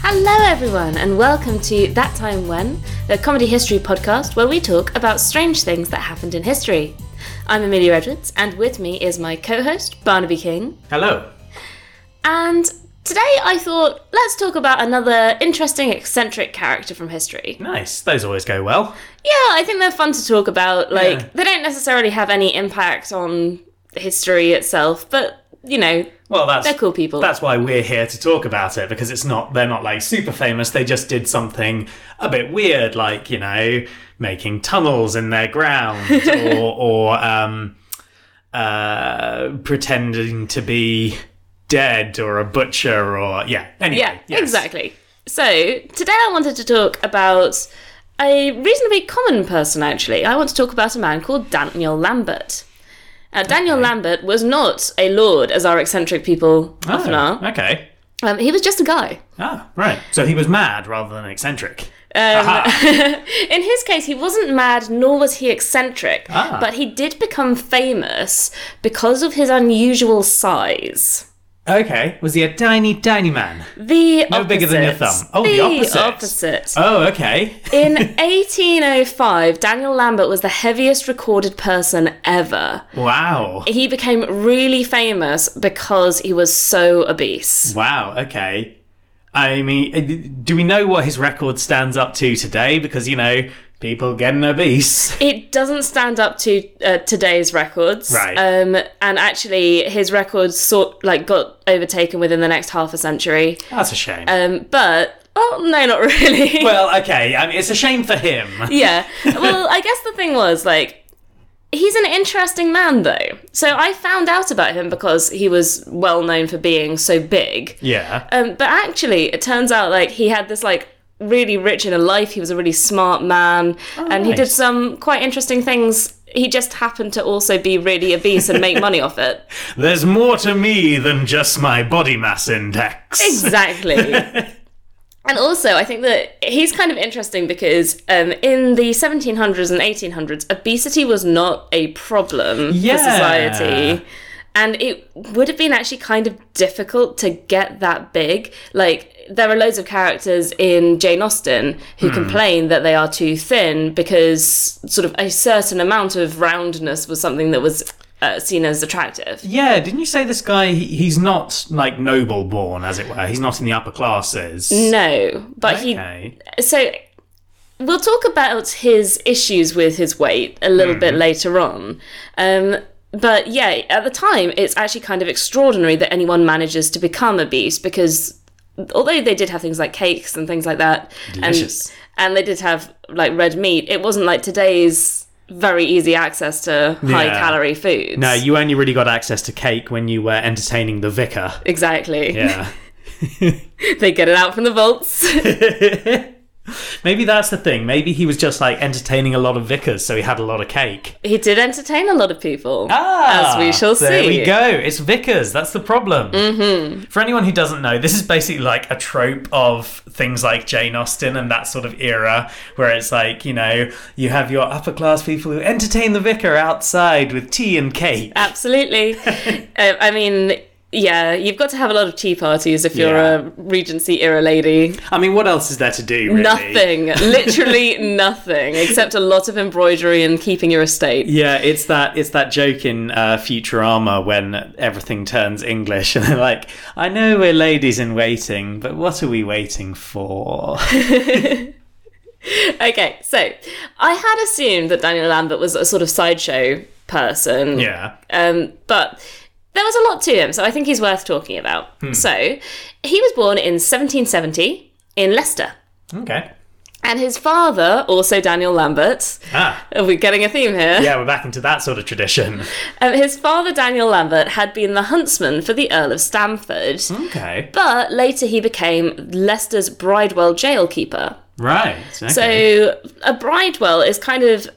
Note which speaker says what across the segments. Speaker 1: Hello, everyone, and welcome to That Time When, the comedy history podcast where we talk about strange things that happened in history. I'm Amelia Edwards, and with me is my co host, Barnaby King.
Speaker 2: Hello.
Speaker 1: And today I thought, let's talk about another interesting, eccentric character from history.
Speaker 2: Nice. Those always go well.
Speaker 1: Yeah, I think they're fun to talk about. Like,
Speaker 2: Yeah.
Speaker 1: they don't necessarily have any impact on history itself, but, you know,
Speaker 2: Well, that's
Speaker 1: they're cool people.
Speaker 2: that's why we're here to talk about it because it's not they're not like super famous. They just did something a bit weird, like you know, making tunnels in their ground or or um, uh, pretending to be dead or a butcher or yeah. Anyway,
Speaker 1: Yeah,
Speaker 2: yes.
Speaker 1: exactly. So today I wanted to talk about a reasonably common person, actually. I want to talk about a man called Daniel Lambert. Now, Daniel Lambert was not a lord, as our eccentric people often
Speaker 2: Oh,
Speaker 1: are.
Speaker 2: okay.
Speaker 1: Um, he was just a guy.
Speaker 2: Ah, right. So he was mad rather than eccentric.
Speaker 1: In his case, he wasn't mad, nor was he eccentric,
Speaker 2: Ah.
Speaker 1: but he did become famous because of his unusual size.
Speaker 2: Okay. Was he a tiny, tiny man?
Speaker 1: The
Speaker 2: No
Speaker 1: opposite.
Speaker 2: bigger than your thumb. Oh, the opposite.
Speaker 1: opposite.
Speaker 2: Oh, okay.
Speaker 1: In 1805, Daniel Lambert was the heaviest recorded person ever.
Speaker 2: Wow.
Speaker 1: He became really famous because he was so obese.
Speaker 2: Wow. Okay. I mean, uh, do we know what his record stands up to today? Because you know, people getting obese.
Speaker 1: It doesn't stand up to uh, today's records,
Speaker 2: Right.
Speaker 1: Um, and actually, his records sort like got overtaken within the next half a century.
Speaker 2: That's a shame.
Speaker 1: Um, but oh no, not really.
Speaker 2: well, okay. I mean, it's a shame for him.
Speaker 1: yeah. Well, I guess the thing was like he's an interesting man though. So I found out about him because he was well known for being so big.
Speaker 2: Yeah.
Speaker 1: Um, but actually, it turns out like he had this like really rich inner life. He was a really smart man, and he
Speaker 2: nice.
Speaker 1: did some quite interesting things. He just happened to also be really obese and make money off it.
Speaker 2: There's more to me than just my body mass index.
Speaker 1: Exactly. and also, I think that he's kind of interesting because um, in the 1700s and 1800s, obesity was not a problem for
Speaker 2: Yeah.
Speaker 1: society. And it would have been actually kind of difficult to get that big. Like, there are loads of characters in Jane Austen
Speaker 2: Hmm.
Speaker 1: who complain that they are too thin because, sort of, a certain amount of roundness was something that was uh, seen as attractive.
Speaker 2: Yeah. Didn't you say this guy? he- He's not like noble born, as it were. He's not in the upper classes.
Speaker 1: No, but he
Speaker 2: Okay.
Speaker 1: so we'll talk about his issues with his weight a little
Speaker 2: Mm-hmm.
Speaker 1: bit later on. Um, but yeah, at the time, it's actually kind of extraordinary that anyone manages to become obese because although they did have things like cakes and things like that,
Speaker 2: Delicious.
Speaker 1: and and they did have like red meat, it wasn't like today's very easy access to high calorie foods.
Speaker 2: No, you only really got access to cake when you were entertaining the vicar.
Speaker 1: exactly.
Speaker 2: Yeah.
Speaker 1: they get it out from the vaults.
Speaker 2: Maybe that's the thing. Maybe he was just like entertaining a lot of vicars, so he had a lot of cake.
Speaker 1: he did entertain a lot of people, as we shall
Speaker 2: there
Speaker 1: see.
Speaker 2: There Ah, we go. It's vicars. That's the problem. Mm-hmm. For anyone who doesn't know, this is basically like a trope of things like Jane Austen and that sort of era, where it's like you know you have your upper class people who entertain the vicar outside with tea and cake.
Speaker 1: Absolutely. uh, I mean, yeah, you've got to have a lot of tea parties if you're
Speaker 2: Yeah.
Speaker 1: a Regency era lady.
Speaker 2: I mean, what else is there to do? Really?
Speaker 1: Nothing, literally nothing, except a lot of embroidery and keeping your estate.
Speaker 2: Yeah, it's that it's that joke in uh, Futurama when everything turns English, and they're like, "I know we're ladies in waiting, but what are we waiting for?"
Speaker 1: Okay, so I had assumed that Daniel Lambert was a sort of sideshow person.
Speaker 2: yeah,
Speaker 1: Um, but there was a lot to him, so I think he's worth talking about.
Speaker 2: Hmm.
Speaker 1: So he was born in 1770 in Leicester.
Speaker 2: okay,
Speaker 1: And his father, also Daniel Lambert,
Speaker 2: ah,
Speaker 1: are we getting a theme here?
Speaker 2: yeah, we're back into that sort of tradition.
Speaker 1: Um, his father, Daniel Lambert, had been the huntsman for the Earl of Stamford,
Speaker 2: Hmm. Okay,
Speaker 1: but later he became Leicester's Bridewell jailkeeper.
Speaker 2: right. Okay.
Speaker 1: So a Bridewell is kind of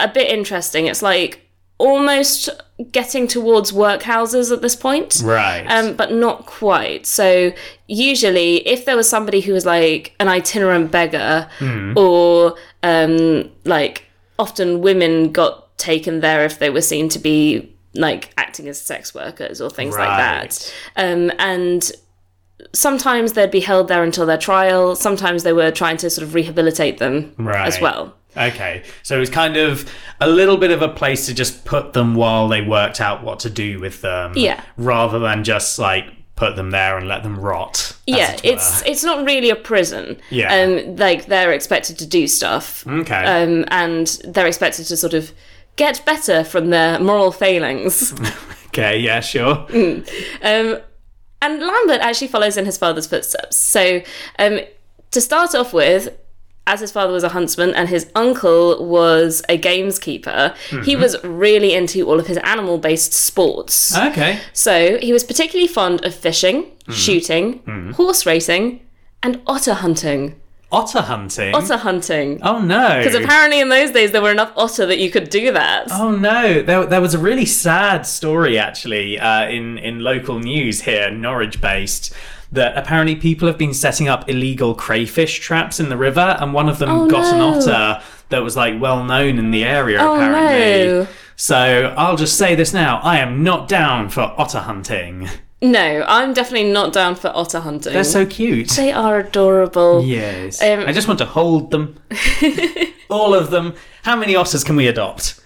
Speaker 1: a bit interesting. It's like almost getting towards workhouses at this point.
Speaker 2: right.
Speaker 1: Um, but not quite. So usually, if there was somebody who was like an itinerant beggar,
Speaker 2: Hmm.
Speaker 1: or um, like often women got taken there if they were seen to be like acting as sex workers or things like that. Um, and sometimes they'd be held there until their trial. Sometimes they were trying to sort of rehabilitate them as
Speaker 2: Right.
Speaker 1: well.
Speaker 2: Okay, so it's kind of a little bit of a place to just put them while they worked out what to do with them.
Speaker 1: Yeah.
Speaker 2: Rather than just like put them there and let them rot. as
Speaker 1: yeah,
Speaker 2: it were.
Speaker 1: it's it's not really a prison.
Speaker 2: Yeah.
Speaker 1: um, like they're expected to do stuff,
Speaker 2: okay.
Speaker 1: um, and they're expected to sort of get better from their moral failings.
Speaker 2: okay, yeah, sure.
Speaker 1: Um, and Lambert actually follows in his father's footsteps. So, um, to start off with, as his father was a huntsman and his uncle was a gameskeeper, he was really into all of his animal based sports.
Speaker 2: Okay.
Speaker 1: So, he was particularly fond of fishing, shooting, horse racing, and otter hunting.
Speaker 2: Otter hunting.
Speaker 1: Otter hunting.
Speaker 2: oh no.
Speaker 1: Because apparently in those days there were enough otter that you could do that.
Speaker 2: Oh no, there, there was a really sad story actually uh, in, in local news here, Norwich based, that apparently people have been setting up illegal crayfish traps in the river, and one of them
Speaker 1: Oh,
Speaker 2: got an
Speaker 1: no.
Speaker 2: otter that was like well known in the area
Speaker 1: Oh,
Speaker 2: apparently.
Speaker 1: no.
Speaker 2: So I'll just say this now I am not down for otter hunting.
Speaker 1: No, I'm definitely not down for otter hunting.
Speaker 2: They're so cute.
Speaker 1: they are adorable.
Speaker 2: Yes.
Speaker 1: Um,
Speaker 2: I just want to hold them. All of them. How many otters can we adopt?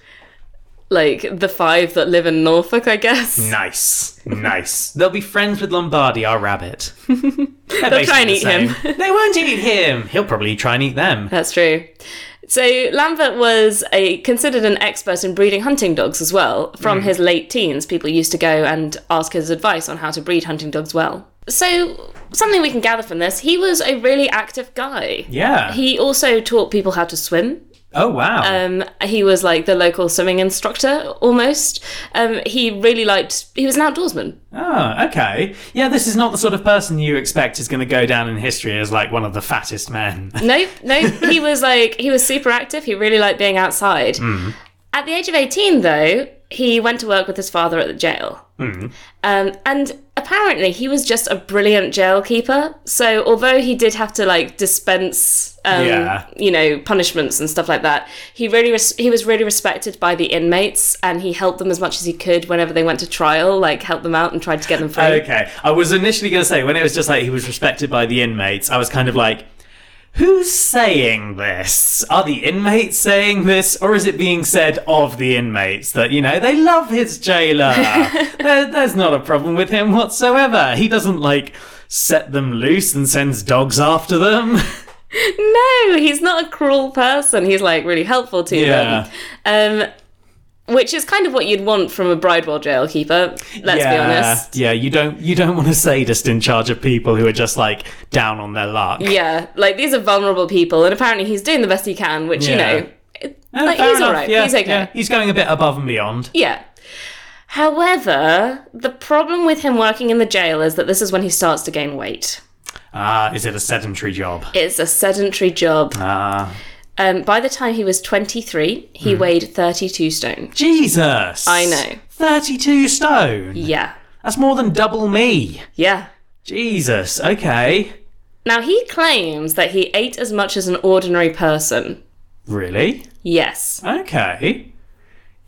Speaker 1: like the five that live in Norfolk, I guess.
Speaker 2: Mm. Nice, nice. They'll be friends with Lombardi, our rabbit. They'll
Speaker 1: try and eat him. Uh,
Speaker 2: they won't eat him. He'll probably try and eat them.
Speaker 1: That's true. So Lambert was a considered an expert in breeding hunting dogs as well. From his late teens, people used to go and ask his advice on how to breed hunting dogs well. So something we can gather from this, he was a really active guy.
Speaker 2: Yeah.
Speaker 1: He also taught people how to swim.
Speaker 2: oh wow.
Speaker 1: Um, he was like the local swimming instructor almost. Um, he really liked. He was an outdoorsman.
Speaker 2: oh, okay. Yeah, this is not the sort of person you expect is going to go down in history as like one of the fattest men.
Speaker 1: Nope, nope. he was like he was super active. He really liked being outside.
Speaker 2: Mm.
Speaker 1: At the age of eighteen, though, he went to work with his father at the jail,
Speaker 2: Mm.
Speaker 1: um, and apparently he was just a brilliant jail keeper. So although he did have to like dispense, um,
Speaker 2: Yeah.
Speaker 1: you know, punishments and stuff like that, he really res- he was really respected by the inmates, and he helped them as much as he could whenever they went to trial, like helped them out and tried to get them free.
Speaker 2: okay. I was initially going to say when it was just like he was respected by the inmates, I was kind of like. Who's saying this? Are the inmates saying this, or is it being said of the inmates that, you know, they love his jailer? there, there's not a problem with him whatsoever. He doesn't, like, set them loose and sends dogs after them.
Speaker 1: no, he's not a cruel person. He's like really helpful to
Speaker 2: Yeah.
Speaker 1: them. Um, which is kind of what you'd want from a bridewell jailkeeper, let's be honest.
Speaker 2: Yeah, you don't, you don't want a sadist in charge of people who are just, like, down on their luck.
Speaker 1: Yeah, like these are vulnerable people, and apparently he's doing the best he can, which, you
Speaker 2: Yeah.
Speaker 1: know, it-
Speaker 2: Eh,
Speaker 1: like,
Speaker 2: fair
Speaker 1: he's
Speaker 2: enough.
Speaker 1: alright.
Speaker 2: Yeah,
Speaker 1: he's okay.
Speaker 2: yeah.
Speaker 1: Yeah.
Speaker 2: He's going a bit above and beyond.
Speaker 1: However, the problem with him working in the jail is that this is when he starts to gain weight.
Speaker 2: Ah, is it a sedentary job?
Speaker 1: It's a sedentary job.
Speaker 2: Ah.
Speaker 1: Um, by the time he was 23,
Speaker 2: Hmm.
Speaker 1: he weighed 32 stone.
Speaker 2: Jesus!
Speaker 1: I know.
Speaker 2: 32 stone.
Speaker 1: Yeah.
Speaker 2: That's more than double me.
Speaker 1: Yeah.
Speaker 2: Jesus, okay.
Speaker 1: Now, he claims that he ate as much as an ordinary person.
Speaker 2: Really?
Speaker 1: Yes.
Speaker 2: Okay.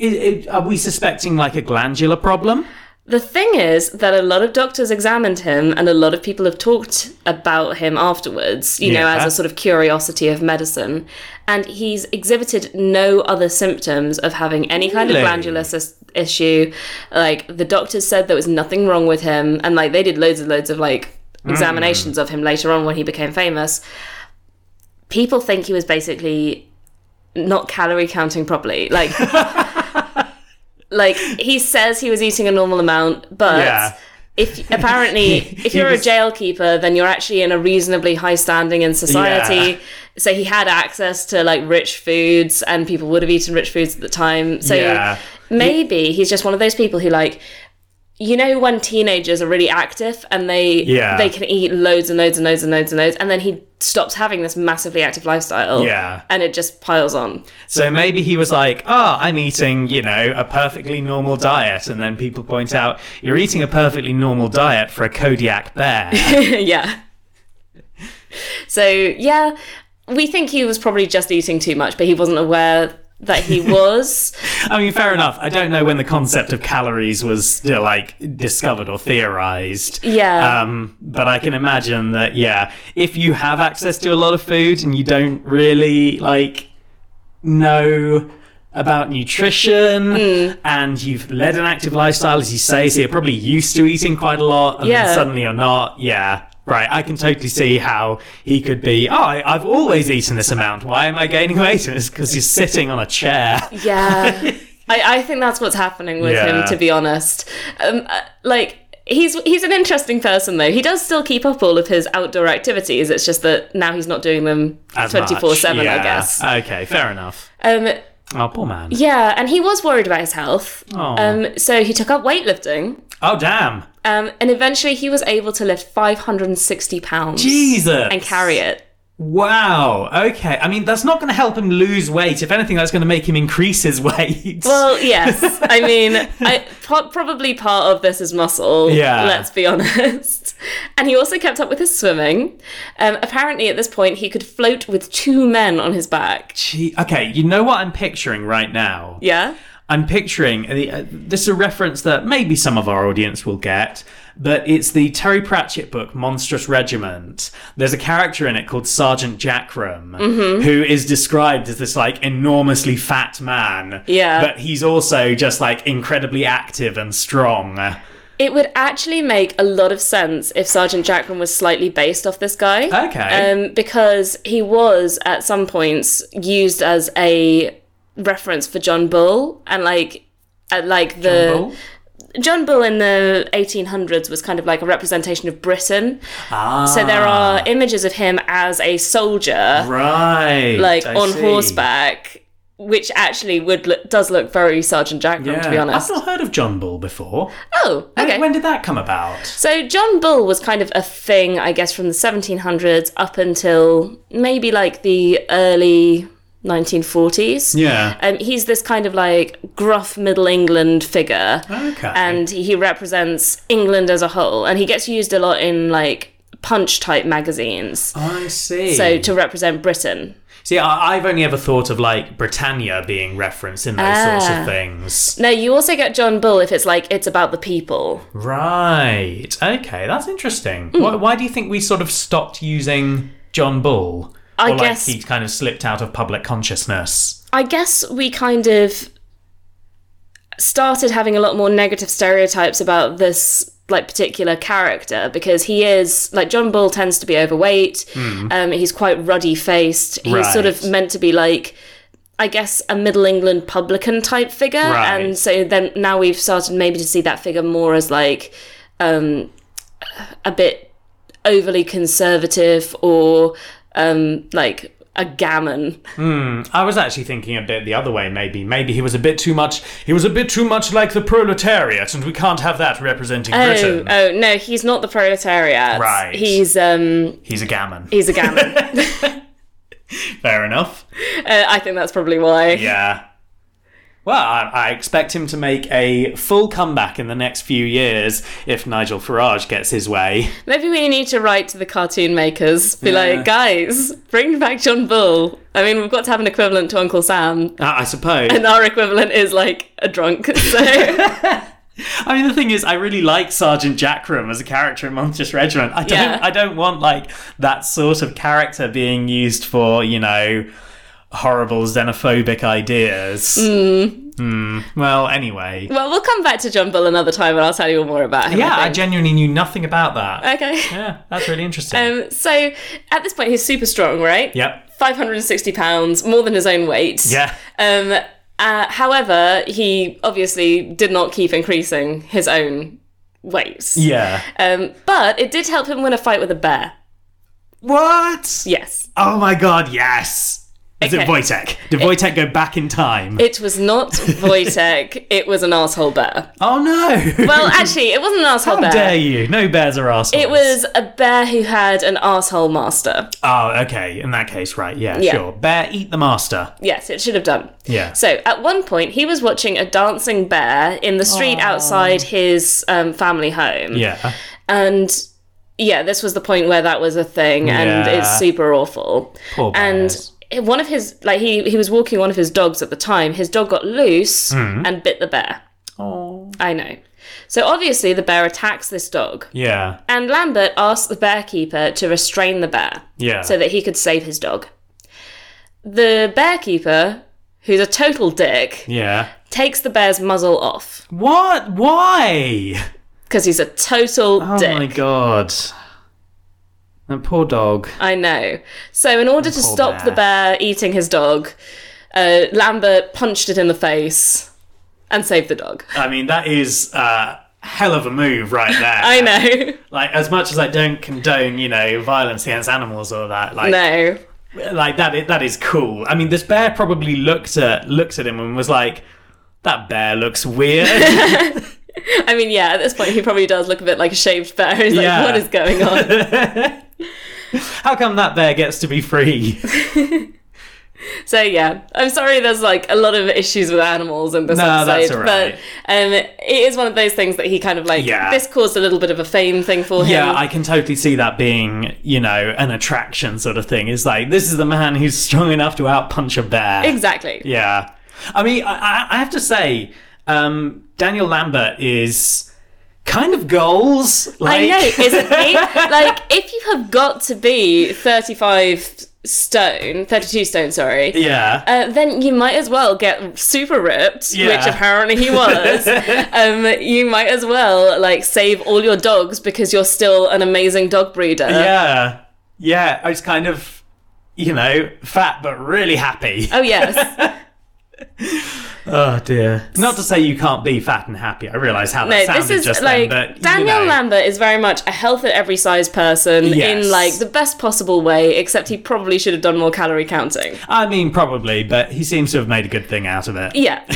Speaker 2: I- I- are we suspecting like a glandular problem?
Speaker 1: The thing is that a lot of doctors examined him and a lot of people have talked about him afterwards, you know,
Speaker 2: Yeah.
Speaker 1: as a sort of curiosity of medicine. And he's exhibited no other symptoms of having any kind of
Speaker 2: Really?
Speaker 1: glandular sys- issue. Like, the doctors said there was nothing wrong with him. And, like, they did loads and loads of, like,
Speaker 2: Mm.
Speaker 1: examinations of him later on when he became famous. People think he was basically not calorie counting properly. Like, like he says he was eating a normal amount, but
Speaker 2: Yeah.
Speaker 1: if apparently if
Speaker 2: He
Speaker 1: you're
Speaker 2: was-
Speaker 1: a jailkeeper, then you're actually in a reasonably high standing in society.
Speaker 2: Yeah.
Speaker 1: So he had access to like rich foods, and people would have eaten rich foods at the time. So
Speaker 2: Yeah.
Speaker 1: maybe he's just one of those people who like. You know when teenagers are really active and they
Speaker 2: Yeah.
Speaker 1: they can eat loads and loads and loads and loads and loads and then he stops having this massively active lifestyle
Speaker 2: Yeah.
Speaker 1: and it just piles on.
Speaker 2: So maybe he was like, ah, I'm eating, you know, a perfectly normal diet. And then people point out, you're eating a perfectly normal diet for a Kodiak bear.
Speaker 1: yeah. So yeah, we think he was probably just eating too much, but he wasn't aware that he was.
Speaker 2: I mean, fair enough. I don't know when the concept of calories was still like discovered or theorized.
Speaker 1: Yeah.
Speaker 2: Um, but I can imagine that, yeah, if you have access to a lot of food and you don't really like know about nutrition
Speaker 1: Hmm.
Speaker 2: and you've led an active lifestyle, as you say, so you're probably used to eating quite a lot and
Speaker 1: Yeah.
Speaker 2: then suddenly you're not. Yeah. Right, I can totally see how he could be. Oh, I, I've always eaten this amount. Why am I gaining weight? And it's because you're sitting on a chair.
Speaker 1: Yeah. I, I think that's what's happening with him,
Speaker 2: Yeah.
Speaker 1: to be honest. Um, uh, like, he's he's an interesting person, though. He does still keep up all of his outdoor activities. It's just that now he's not doing them
Speaker 2: as
Speaker 1: 24 7,
Speaker 2: much.
Speaker 1: I
Speaker 2: Yeah.
Speaker 1: guess.
Speaker 2: Okay, fair enough.
Speaker 1: Um,
Speaker 2: Oh, poor man.
Speaker 1: yeah, and he was worried about his health.
Speaker 2: Aw.
Speaker 1: Um, so he took up weightlifting.
Speaker 2: Oh, damn.
Speaker 1: Um, and eventually he was able to lift 560 pounds.
Speaker 2: Jesus.
Speaker 1: And carry it.
Speaker 2: Wow. Okay. I mean, that's not going to help him lose weight. If anything, that's going to make him increase his weight.
Speaker 1: Well, yes. I mean, I, po- probably part of this is muscle.
Speaker 2: Yeah.
Speaker 1: Let's be honest. And he also kept up with his swimming. Um, apparently, at this point, he could float with two men on his back.
Speaker 2: Gee- okay. You know what I'm picturing right now?
Speaker 1: Yeah.
Speaker 2: I'm picturing the, uh, this is a reference that maybe some of our audience will get, but it's the Terry Pratchett book Monstrous Regiment. There's a character in it called Sergeant Jackram
Speaker 1: Mm-hmm.
Speaker 2: who is described as this like enormously fat man.
Speaker 1: Yeah.
Speaker 2: But he's also just like incredibly active and strong.
Speaker 1: Uh, It would actually make a lot of sense if Sergeant Jackman was slightly based off this guy.
Speaker 2: Okay.
Speaker 1: Um, because he was at some points used as a reference for John Bull and like. At like the
Speaker 2: Cool.
Speaker 1: John Bull in the 1800s was kind of like a representation of Britain.
Speaker 2: ah,
Speaker 1: So there are images of him as a soldier,
Speaker 2: right
Speaker 1: like
Speaker 2: I
Speaker 1: on
Speaker 2: see.
Speaker 1: horseback, which actually would look, does look very Sergeant Jackram,
Speaker 2: Yeah.
Speaker 1: to be honest.
Speaker 2: I've not heard of John Bull before.
Speaker 1: Oh,
Speaker 2: When-
Speaker 1: okay.
Speaker 2: When did that come about?
Speaker 1: So John Bull was kind of a thing, I guess, from the 1700s up until maybe like the early 1940s.
Speaker 2: Yeah.
Speaker 1: Um, he's this kind of like gruff Middle England figure.
Speaker 2: Okay.
Speaker 1: and he represents England as a whole, and he gets used a lot in like punch type magazines.
Speaker 2: I see.
Speaker 1: So to represent Britain.
Speaker 2: See, I- I've only ever thought of like Britannia being referenced in those sorts
Speaker 1: Ah.
Speaker 2: of things.
Speaker 1: No, you also get John Bull if it's like it's about the people.
Speaker 2: Right. Okay, that's interesting.
Speaker 1: Hmm.
Speaker 2: Why, why do you think we sort of stopped using John Bull?
Speaker 1: I
Speaker 2: or
Speaker 1: guess-
Speaker 2: like he kind of slipped out of public consciousness.
Speaker 1: I guess we kind of started having a lot more negative stereotypes about this like particular character because he is like John Bull tends to be overweight. Um, he's quite ruddy faced. He's sort of
Speaker 2: Hmm. Right.
Speaker 1: meant to be like. I guess a Middle England publican type figure,
Speaker 2: Right.
Speaker 1: and so then now we've started maybe to see that figure more as like um, a bit overly conservative or um, like a gammon.
Speaker 2: I was actually thinking a bit the other way. Maybe, maybe he was a bit too much. He was a bit too much like the proletariat, and we can't have that representing
Speaker 1: Oh,
Speaker 2: Britain.
Speaker 1: oh no, he's not the proletariat.
Speaker 2: Right.
Speaker 1: He's um
Speaker 2: He's a gammon.
Speaker 1: he's a gammon. uh,
Speaker 2: Fair enough.
Speaker 1: I think that's probably why.
Speaker 2: Yeah. Well, I, I expect him to make a full comeback in the next few years if Nigel Farage gets his way.
Speaker 1: Maybe we need to write to the cartoon makers, be
Speaker 2: Yeah.
Speaker 1: like, guys, bring back John Bull. I mean, we've got to have an equivalent to Uncle Sam,
Speaker 2: Uh, I suppose.
Speaker 1: and our equivalent is like a drunk. So
Speaker 2: I mean, the thing is, I really like Sergeant Jackram as a character in Monstrous Regiment. I don't,
Speaker 1: Yeah.
Speaker 2: I don't want like that sort of character being used for, you know, horrible xenophobic ideas. Mm. Well, anyway.
Speaker 1: well, we'll come back to John Bull another time, and I'll tell you more about him. I
Speaker 2: Yeah, I
Speaker 1: think.
Speaker 2: genuinely knew nothing about that.
Speaker 1: okay.
Speaker 2: yeah, that's really interesting.
Speaker 1: Um, so at this point, he's super strong, right?
Speaker 2: yep.
Speaker 1: 560 pounds, more than his own weight.
Speaker 2: Yeah.
Speaker 1: Um, uh, however, he obviously did not keep increasing his own weight.
Speaker 2: Yeah.
Speaker 1: Um, but it did help him win a fight with a bear.
Speaker 2: What?
Speaker 1: Yes.
Speaker 2: Oh my god, yes! Is
Speaker 1: Okay.
Speaker 2: it Wojtek? Did Wojtek go back in time?
Speaker 1: It was not Wojtek, it was an asshole bear.
Speaker 2: oh no!
Speaker 1: Well, actually, it wasn't an asshole
Speaker 2: How
Speaker 1: bear.
Speaker 2: dare you? No bears are assholes.
Speaker 1: It was a bear who had an asshole master.
Speaker 2: Oh, okay. In that case, right. Yeah,
Speaker 1: Yeah.
Speaker 2: sure. Bear eat the master.
Speaker 1: Yes, it should have done.
Speaker 2: Yeah.
Speaker 1: So at one point, he was watching a dancing bear in the street outside his um, family home.
Speaker 2: yeah.
Speaker 1: And yeah, this was the point where that was a thing, and
Speaker 2: Yeah.
Speaker 1: it's super awful.
Speaker 2: Poor
Speaker 1: And
Speaker 2: bears.
Speaker 1: one of his like he he was walking one of his dogs at the time. His dog got loose
Speaker 2: Hmm.
Speaker 1: and bit the bear.
Speaker 2: Oh.
Speaker 1: I know. So obviously the bear attacks this dog.
Speaker 2: Yeah.
Speaker 1: And Lambert asked the bear keeper to restrain the bear
Speaker 2: Yeah.
Speaker 1: so that he could save his dog. The bear keeper, who's a total dick,
Speaker 2: yeah.
Speaker 1: takes the bear's muzzle off
Speaker 2: What? Why?
Speaker 1: because he's a total
Speaker 2: Oh
Speaker 1: dick.
Speaker 2: my god. That poor dog.
Speaker 1: I know. So, in order to
Speaker 2: Oh, Poor
Speaker 1: stop
Speaker 2: bear.
Speaker 1: the bear eating his dog, uh, Lambert punched it in the face and saved the dog.
Speaker 2: I mean, that is a hell of a move right there.
Speaker 1: I know.
Speaker 2: Like, as much as I don't condone, you know, violence against animals or that, like,
Speaker 1: no.
Speaker 2: like that, i- that is cool. I mean, this bear probably looked at looked at him and was like, "That bear looks weird."
Speaker 1: I mean, yeah, at this point, he probably does look a bit like a shaved bear. He's like,
Speaker 2: Yeah.
Speaker 1: what is going on?
Speaker 2: How come that bear gets to be free?
Speaker 1: so, yeah, I'm sorry there's like a lot of issues with animals in this
Speaker 2: No,
Speaker 1: episode.
Speaker 2: that's all right.
Speaker 1: But um, it is one of those things that he kind of like,
Speaker 2: Yeah.
Speaker 1: this caused a little bit of a fame thing for
Speaker 2: Yeah,
Speaker 1: him.
Speaker 2: I can totally see that being, you know, an attraction sort of thing. It's like this is the man who's strong enough to outpunch a bear.
Speaker 1: exactly.
Speaker 2: Yeah. I mean, I- I, I have to say, um, Daniel Lambert is kind of goals. Like,
Speaker 1: I know, isn't he? like, if you have got to be 35 stone, 32 stone, sorry,
Speaker 2: Yeah.
Speaker 1: uh, then you might as well get super ripped,
Speaker 2: Yeah.
Speaker 1: which apparently he was. um, you might as well, like, save all your dogs because you're still an amazing dog breeder.
Speaker 2: yeah. Yeah. It's kind of, you know, fat but really happy.
Speaker 1: Oh, yes.
Speaker 2: Oh, dear. Not to say you can't be fat and happy. I realise how that
Speaker 1: No,
Speaker 2: sounded
Speaker 1: this is
Speaker 2: just
Speaker 1: like
Speaker 2: then, but. you
Speaker 1: Daniel
Speaker 2: know.
Speaker 1: Lambert is very much a health at every size person
Speaker 2: Yes.
Speaker 1: in like the best possible way, except he probably should have done more calorie counting.
Speaker 2: I mean, probably, but he seems to have made a good thing out of it.
Speaker 1: Yeah.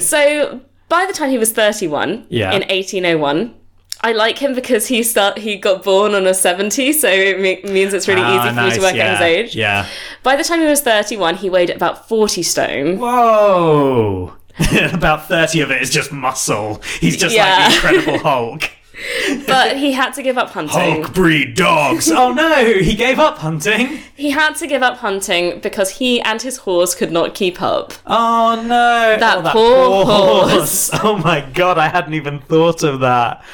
Speaker 1: so by the time he was 31
Speaker 2: Yeah.
Speaker 1: in 1801, I like him because he start he got born on a 70, so it me- means it's really
Speaker 2: Ah,
Speaker 1: easy for
Speaker 2: nice,
Speaker 1: me to work
Speaker 2: yeah,
Speaker 1: out his age.
Speaker 2: Yeah.
Speaker 1: By the time he was 31, he weighed about 40 stone.
Speaker 2: Whoa! About 30 of it is just muscle. He's just
Speaker 1: Yeah.
Speaker 2: like the Incredible Hulk.
Speaker 1: But he had to give up hunting.
Speaker 2: Hulk breed dogs. Oh no, he gave up hunting.
Speaker 1: He had to give up hunting because he and his horse could not keep up.
Speaker 2: Oh no.
Speaker 1: That
Speaker 2: oh,
Speaker 1: poor
Speaker 2: Oh my god, I hadn't even thought of that.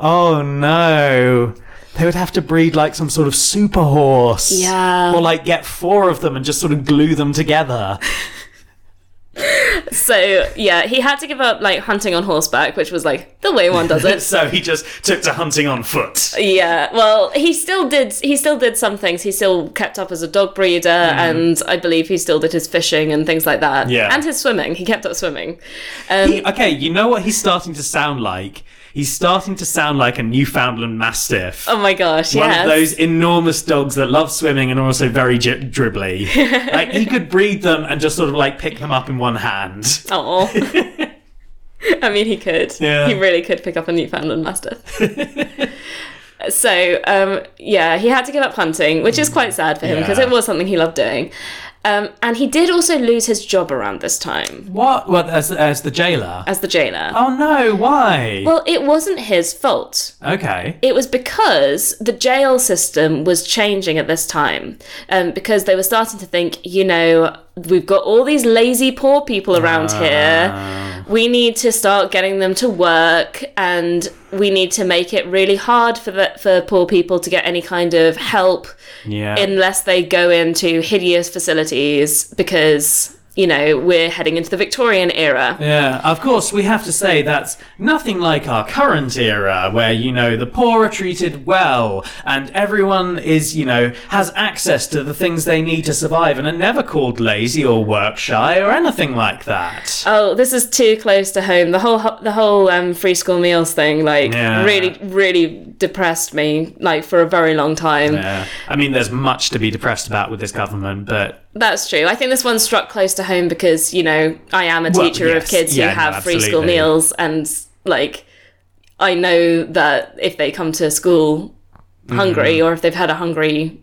Speaker 2: Oh no. They would have to breed like some sort of super horse.
Speaker 1: Yeah.
Speaker 2: Or like get four of them and just sort of glue them together.
Speaker 1: So, yeah, he had to give up like hunting on horseback, which was like the way one does it.
Speaker 2: So he just took to hunting on foot.
Speaker 1: Yeah, well, he still did. He still did some things. He still kept up as a dog breeder, and I believe he still did his fishing and things like that.
Speaker 2: Mm. Yeah.
Speaker 1: and his swimming. He kept up swimming. Um,
Speaker 2: He- okay, you know what he's starting to sound like? He's starting to sound like a Newfoundland Mastiff.
Speaker 1: oh my gosh!
Speaker 2: One
Speaker 1: yes.
Speaker 2: of those enormous dogs that love swimming and are also very j- dribbly. like, he could breed them and just sort of like pick them up in one hand.
Speaker 1: Oh. I mean, he could.
Speaker 2: Yeah.
Speaker 1: He really could pick up a Newfoundland Mastiff. so, um, yeah, he had to give up hunting, which is quite sad for him because
Speaker 2: Yeah.
Speaker 1: it was something he loved doing. Um, and he did also lose his job around this time
Speaker 2: What? What? As, as the jailer?
Speaker 1: as the jailer.
Speaker 2: Oh no, why?
Speaker 1: Well, it wasn't his fault.
Speaker 2: okay.
Speaker 1: it was because the jail system was changing at this time um, because they were starting to think you know we've got all these lazy poor people around
Speaker 2: Uh,
Speaker 1: here we need to start getting them to work and we need to make it really hard for the, for poor people to get any kind of help
Speaker 2: Yeah.
Speaker 1: unless they go into hideous facilities because you know we're heading into the victorian era
Speaker 2: Yeah, of course, we have to say that's nothing like our current era where, you know, the poor are treated well and everyone is, you know, has access to the things they need to survive and are never called lazy or work shy or anything like that.
Speaker 1: Oh, this is too close to home. The whole the whole um, free school meals thing, like,
Speaker 2: Yeah.
Speaker 1: really, really depressed me, like, for a very long time.
Speaker 2: Yeah. Uh, I mean, there's much to be depressed about with this government, but
Speaker 1: That's true. I think this one struck close to home because you know I am a
Speaker 2: Well,
Speaker 1: teacher
Speaker 2: yes.
Speaker 1: of kids
Speaker 2: Yeah,
Speaker 1: who
Speaker 2: no,
Speaker 1: have free school
Speaker 2: absolutely.
Speaker 1: meals, and like, I
Speaker 2: Mm-hmm.
Speaker 1: know that if they come to school hungry or if they've had a hungry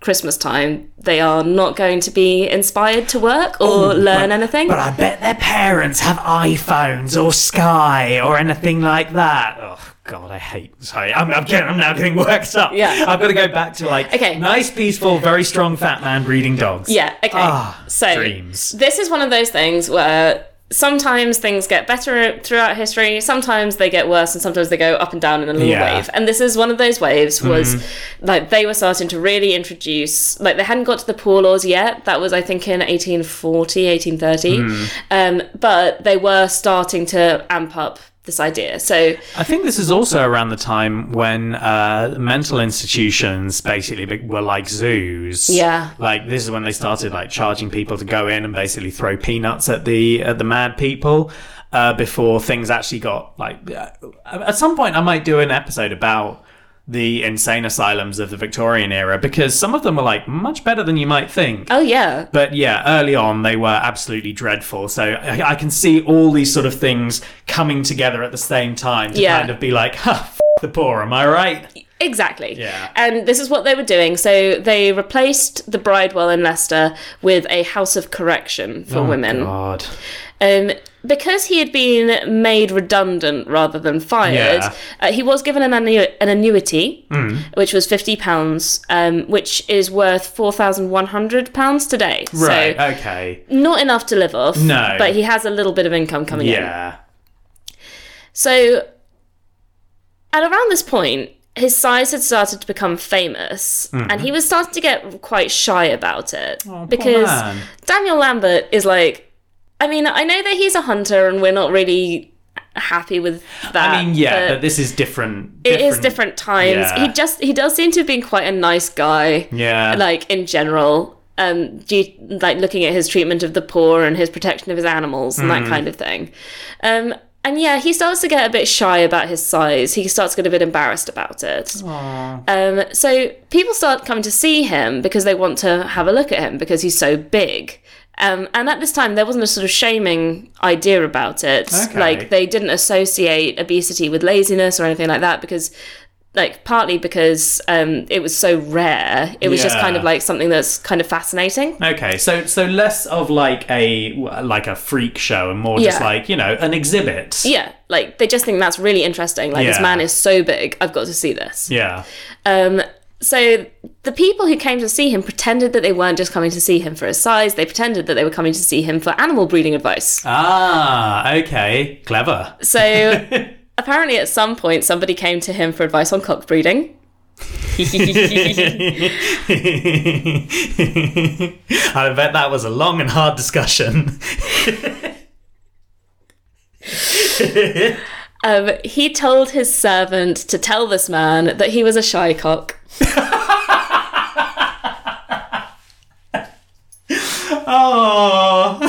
Speaker 1: Christmas time, they are not going to be inspired to work or learn anything.
Speaker 2: Oh, But I bet their parents have iPhones or Sky or anything like that. Oh God, I hate. Sorry, I'm, I'm, getting, I'm now getting worked up.
Speaker 1: Yeah.
Speaker 2: I've got to go back to like
Speaker 1: Okay.
Speaker 2: nice, peaceful, very strong fat man breeding dogs.
Speaker 1: Yeah, okay.
Speaker 2: Ah,
Speaker 1: so
Speaker 2: dreams.
Speaker 1: this is one of those things where sometimes things get better throughout history, sometimes they get worse, and sometimes they go up and down in a little
Speaker 2: Yeah. Mm-hmm.
Speaker 1: wave. And this is one of those waves was like they were starting to really introduce like they hadn't got to the poor laws yet. That was I think in 1840, 1830.
Speaker 2: Mm.
Speaker 1: Um, but they were starting to amp up this idea. So
Speaker 2: I think this is also around the time when uh, mental institutions basically be- were like zoos.
Speaker 1: Yeah.
Speaker 2: Like this is when they started like charging people to go in and basically throw peanuts at the at the mad people. Uh, before things actually got like, uh, at some point I might do an episode about the insane asylums of the Victorian era because some of them were like much better than you might think.
Speaker 1: oh yeah.
Speaker 2: But yeah, early on they were absolutely dreadful. So I, I can see all these sort of things coming together at the same time to
Speaker 1: Yeah.
Speaker 2: kind of be like, huh, f- the poor, am I right?
Speaker 1: Exactly.
Speaker 2: Yeah.
Speaker 1: And this is what they were doing. So they replaced the Bridewell in Leicester with a House of Correction for women.
Speaker 2: Oh, God.
Speaker 1: Um, because he had been made redundant rather than fired,
Speaker 2: Yeah. Mm.
Speaker 1: uh, he was given an, annu- an annuity, which was £50, um, which is worth £4,100 today.
Speaker 2: Right,
Speaker 1: So
Speaker 2: okay.
Speaker 1: not enough to live off.
Speaker 2: No.
Speaker 1: But he has a little bit of income coming in.
Speaker 2: Yeah.
Speaker 1: So, at around this point, his size had started to become famous, and he was starting to get quite shy about it
Speaker 2: Mm-hmm. Oh, poor
Speaker 1: because
Speaker 2: man.
Speaker 1: Daniel Lambert is like, I mean, I know that he's a hunter, and we're not really happy with that.
Speaker 2: I mean, yeah, but,
Speaker 1: Uh, but
Speaker 2: this is different.
Speaker 1: it is different times.
Speaker 2: Yeah.
Speaker 1: He just he does seem to have been quite a nice guy
Speaker 2: Yeah.
Speaker 1: like in general um due, like looking at his treatment of the poor and his protection of his animals and
Speaker 2: Hmm.
Speaker 1: that kind of thing um and yeah he starts to get a bit shy about his size he starts to get a bit embarrassed about it um so people start coming to see him because they want to have a look at him because he's so big um, and at this time, there wasn't a sort of shaming idea about it.
Speaker 2: Okay.
Speaker 1: Like they didn't associate obesity with laziness or anything like that because like partly because um, it was so rare it was just
Speaker 2: Yeah.
Speaker 1: kind of like something that's kind of fascinating
Speaker 2: Okay, so so less of like a like a freak show and more just
Speaker 1: Yeah.
Speaker 2: like you know an exhibit.
Speaker 1: yeah like they just think that's really interesting like this
Speaker 2: Yeah.
Speaker 1: man is so big i've got to see this
Speaker 2: Yeah.
Speaker 1: um, so the people who came to see him pretended that they weren't just coming to see him for his size they pretended that they were coming to see him for animal breeding advice
Speaker 2: Ah, okay, clever.
Speaker 1: so apparently at some point somebody came to him for advice on cock breeding
Speaker 2: I bet that was a long and hard discussion.
Speaker 1: um, he told his servant to tell this man that he was a shy cock
Speaker 2: Oh.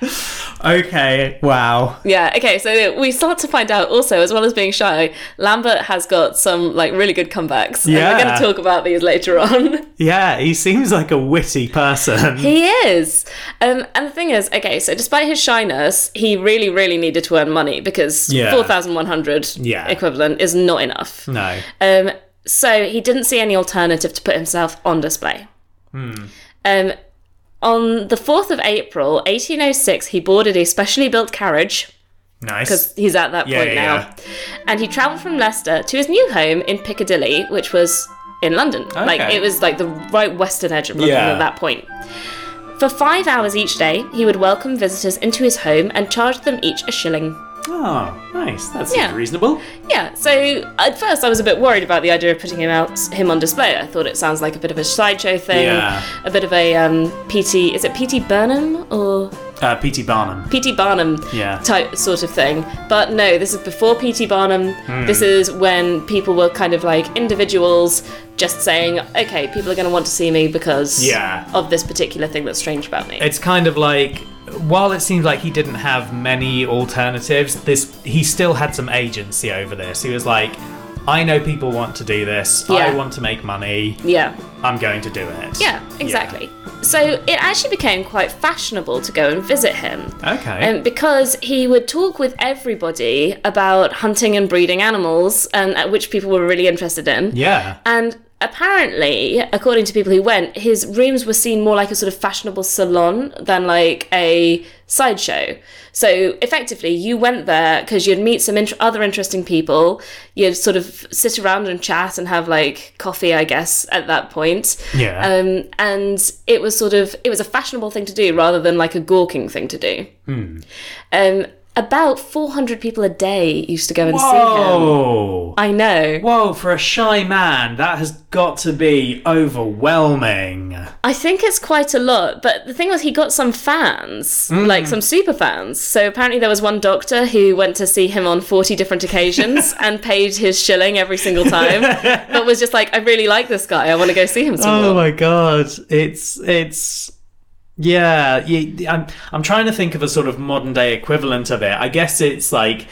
Speaker 2: okay, wow.
Speaker 1: Yeah, okay, so we start to find out also, as well as being shy, Lambert has got some like really good comebacks. And we're
Speaker 2: Yeah.
Speaker 1: gonna talk about these later on.
Speaker 2: Yeah, he seems like a witty person.
Speaker 1: he is. Um, and the thing is, okay, so despite his shyness, he really, really needed to earn money because
Speaker 2: Yeah.
Speaker 1: four thousand one hundred
Speaker 2: Yeah.
Speaker 1: equivalent is not enough.
Speaker 2: No.
Speaker 1: Um, so he didn't see any alternative to put himself on display.
Speaker 2: Hmm.
Speaker 1: Um, on the 4th of April, 1806, he boarded a specially built carriage
Speaker 2: Nice.
Speaker 1: he's at that
Speaker 2: Yeah,
Speaker 1: point
Speaker 2: yeah,
Speaker 1: now. And he travelled from Leicester to his new home in Piccadilly, which was in London. Like
Speaker 2: Okay.
Speaker 1: it was like the right western edge of London
Speaker 2: Yeah.
Speaker 1: at that point. For five hours each day, he would welcome visitors into his home and charge them each a shilling.
Speaker 2: Oh, nice. That seems
Speaker 1: Yeah.
Speaker 2: reasonable.
Speaker 1: Yeah, so at first I was a bit worried about the idea of putting him out him on display. I thought it sounds like a bit of a sideshow thing,
Speaker 2: Yeah.
Speaker 1: a bit of a um, PT. Is it PT Burnham or
Speaker 2: Uh, P.T. Barnum.
Speaker 1: P.T. Barnum
Speaker 2: Yeah.
Speaker 1: type sort of thing. But no, this is before P.T. Barnum.
Speaker 2: Hmm.
Speaker 1: This is when people were kind of like individuals just saying, okay, people are going to want to see me because
Speaker 2: Yeah.
Speaker 1: of this particular thing that's strange about me.
Speaker 2: It's kind of like while it seems like he didn't have many alternatives, this he still had some agency over this. He was like, I know people want to do this. I
Speaker 1: Yeah.
Speaker 2: want to make money.
Speaker 1: Yeah.
Speaker 2: I'm going to do it.
Speaker 1: Yeah, exactly. So it actually became quite fashionable to go and visit him.
Speaker 2: Okay.
Speaker 1: Um, because he would talk with everybody about hunting and breeding animals, and uh, which people were really interested in.
Speaker 2: yeah.
Speaker 1: And apparently, according to people who went, his rooms were seen more like a sort of fashionable salon than like a sideshow. So effectively, you went there because you'd meet some int- other interesting people. You'd sort of sit around and chat and have like coffee, I guess, at that point.
Speaker 2: Yeah.
Speaker 1: Um, and it was sort of it was a fashionable thing to do rather than like a gawking thing to do.
Speaker 2: Hmm.
Speaker 1: Um, about 400 people a day used to go and see him.
Speaker 2: Whoa.
Speaker 1: I know.
Speaker 2: Whoa, for a shy man, that has got to be overwhelming.
Speaker 1: I think it's quite a lot, but the thing was, he got some fans,
Speaker 2: Mm.
Speaker 1: like some super fans. So apparently, there was one doctor who went to see him on 40 different occasions and paid his shilling every single time, but was just like, I really like this guy. I want to go see him some
Speaker 2: Oh
Speaker 1: more.
Speaker 2: my god, it's it's yeah, you, I'm I'm trying to think of a sort of modern day equivalent of it. I guess it's like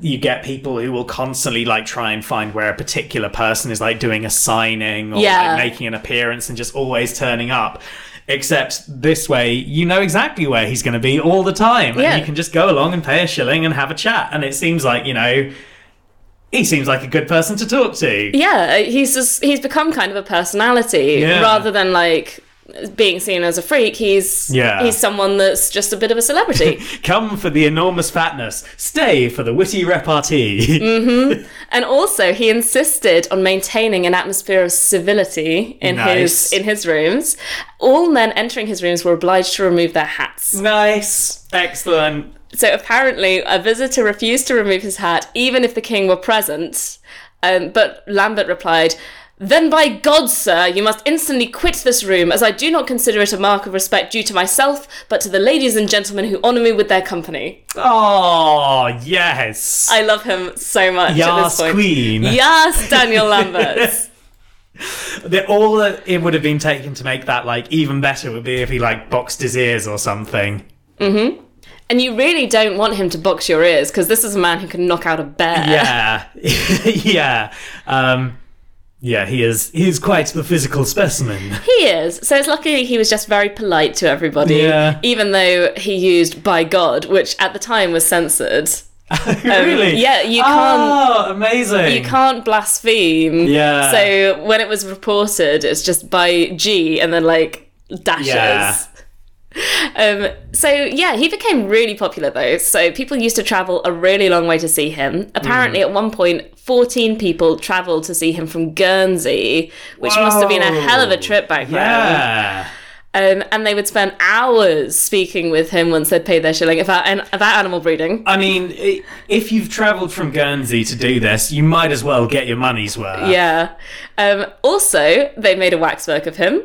Speaker 2: you get people who will constantly like try and find where a particular person is like doing a signing or
Speaker 1: Yeah.
Speaker 2: like making an appearance and just always turning up. Except this way, you know exactly where he's going to be all the time,
Speaker 1: Yeah.
Speaker 2: and you can just go along and pay a shilling and have a chat. And it seems like you know, he seems like a good person to talk to.
Speaker 1: Yeah, uh, he's just, he's become kind of a personality
Speaker 2: Yeah.
Speaker 1: rather than like being seen as a freak. He's
Speaker 2: Yeah.
Speaker 1: he's someone that's just a bit of a celebrity.
Speaker 2: Come for the enormous fatness, stay for the witty repartee.
Speaker 1: Mm. And also, he insisted on maintaining an atmosphere of civility in
Speaker 2: Nice.
Speaker 1: his in his rooms. All men entering his rooms were obliged to remove their hats.
Speaker 2: Nice, excellent.
Speaker 1: So apparently, a visitor refused to remove his hat, even if the king were present. Um, but Lambert replied. Then by God, sir, you must instantly quit this room, as I do not consider it a mark of respect due to myself, but to the ladies and gentlemen who honour me with their company.
Speaker 2: Oh yes,
Speaker 1: I love him so much at this
Speaker 2: yes,
Speaker 1: point.
Speaker 2: queen.
Speaker 1: Yes, Daniel Lambert.
Speaker 2: The, all that it would have been taken to make that like even better would be if he like boxed his ears or something.
Speaker 1: And you really don't want him to box your ears because this is a man who can knock out a bear.
Speaker 2: Yeah, yeah, um, yeah. He is he is quite the physical specimen.
Speaker 1: He is. So it's lucky he was just very polite to everybody,
Speaker 2: Yeah.
Speaker 1: even though he used by God, which at the time was censored.
Speaker 2: really?
Speaker 1: yeah, you
Speaker 2: Oh, amazing.
Speaker 1: You can't blaspheme.
Speaker 2: Yeah.
Speaker 1: So when it was reported, it's just by G and then like dashes.
Speaker 2: Yeah.
Speaker 1: Um, so yeah, he became really popular though. So people used to travel a really long way to see him. Apparently,
Speaker 2: Mm.
Speaker 1: at one point, fourteen people travelled to see him from Guernsey, which must have been a
Speaker 2: Whoa.
Speaker 1: hell of a trip back then.
Speaker 2: Yeah.
Speaker 1: Um, and they would spend hours speaking with him once they'd paid their shilling about and about animal breeding.
Speaker 2: I mean, i- if you've travelled from Guernsey to do this, you might as well get your money's worth.
Speaker 1: yeah. Um, also, they made a waxwork of him.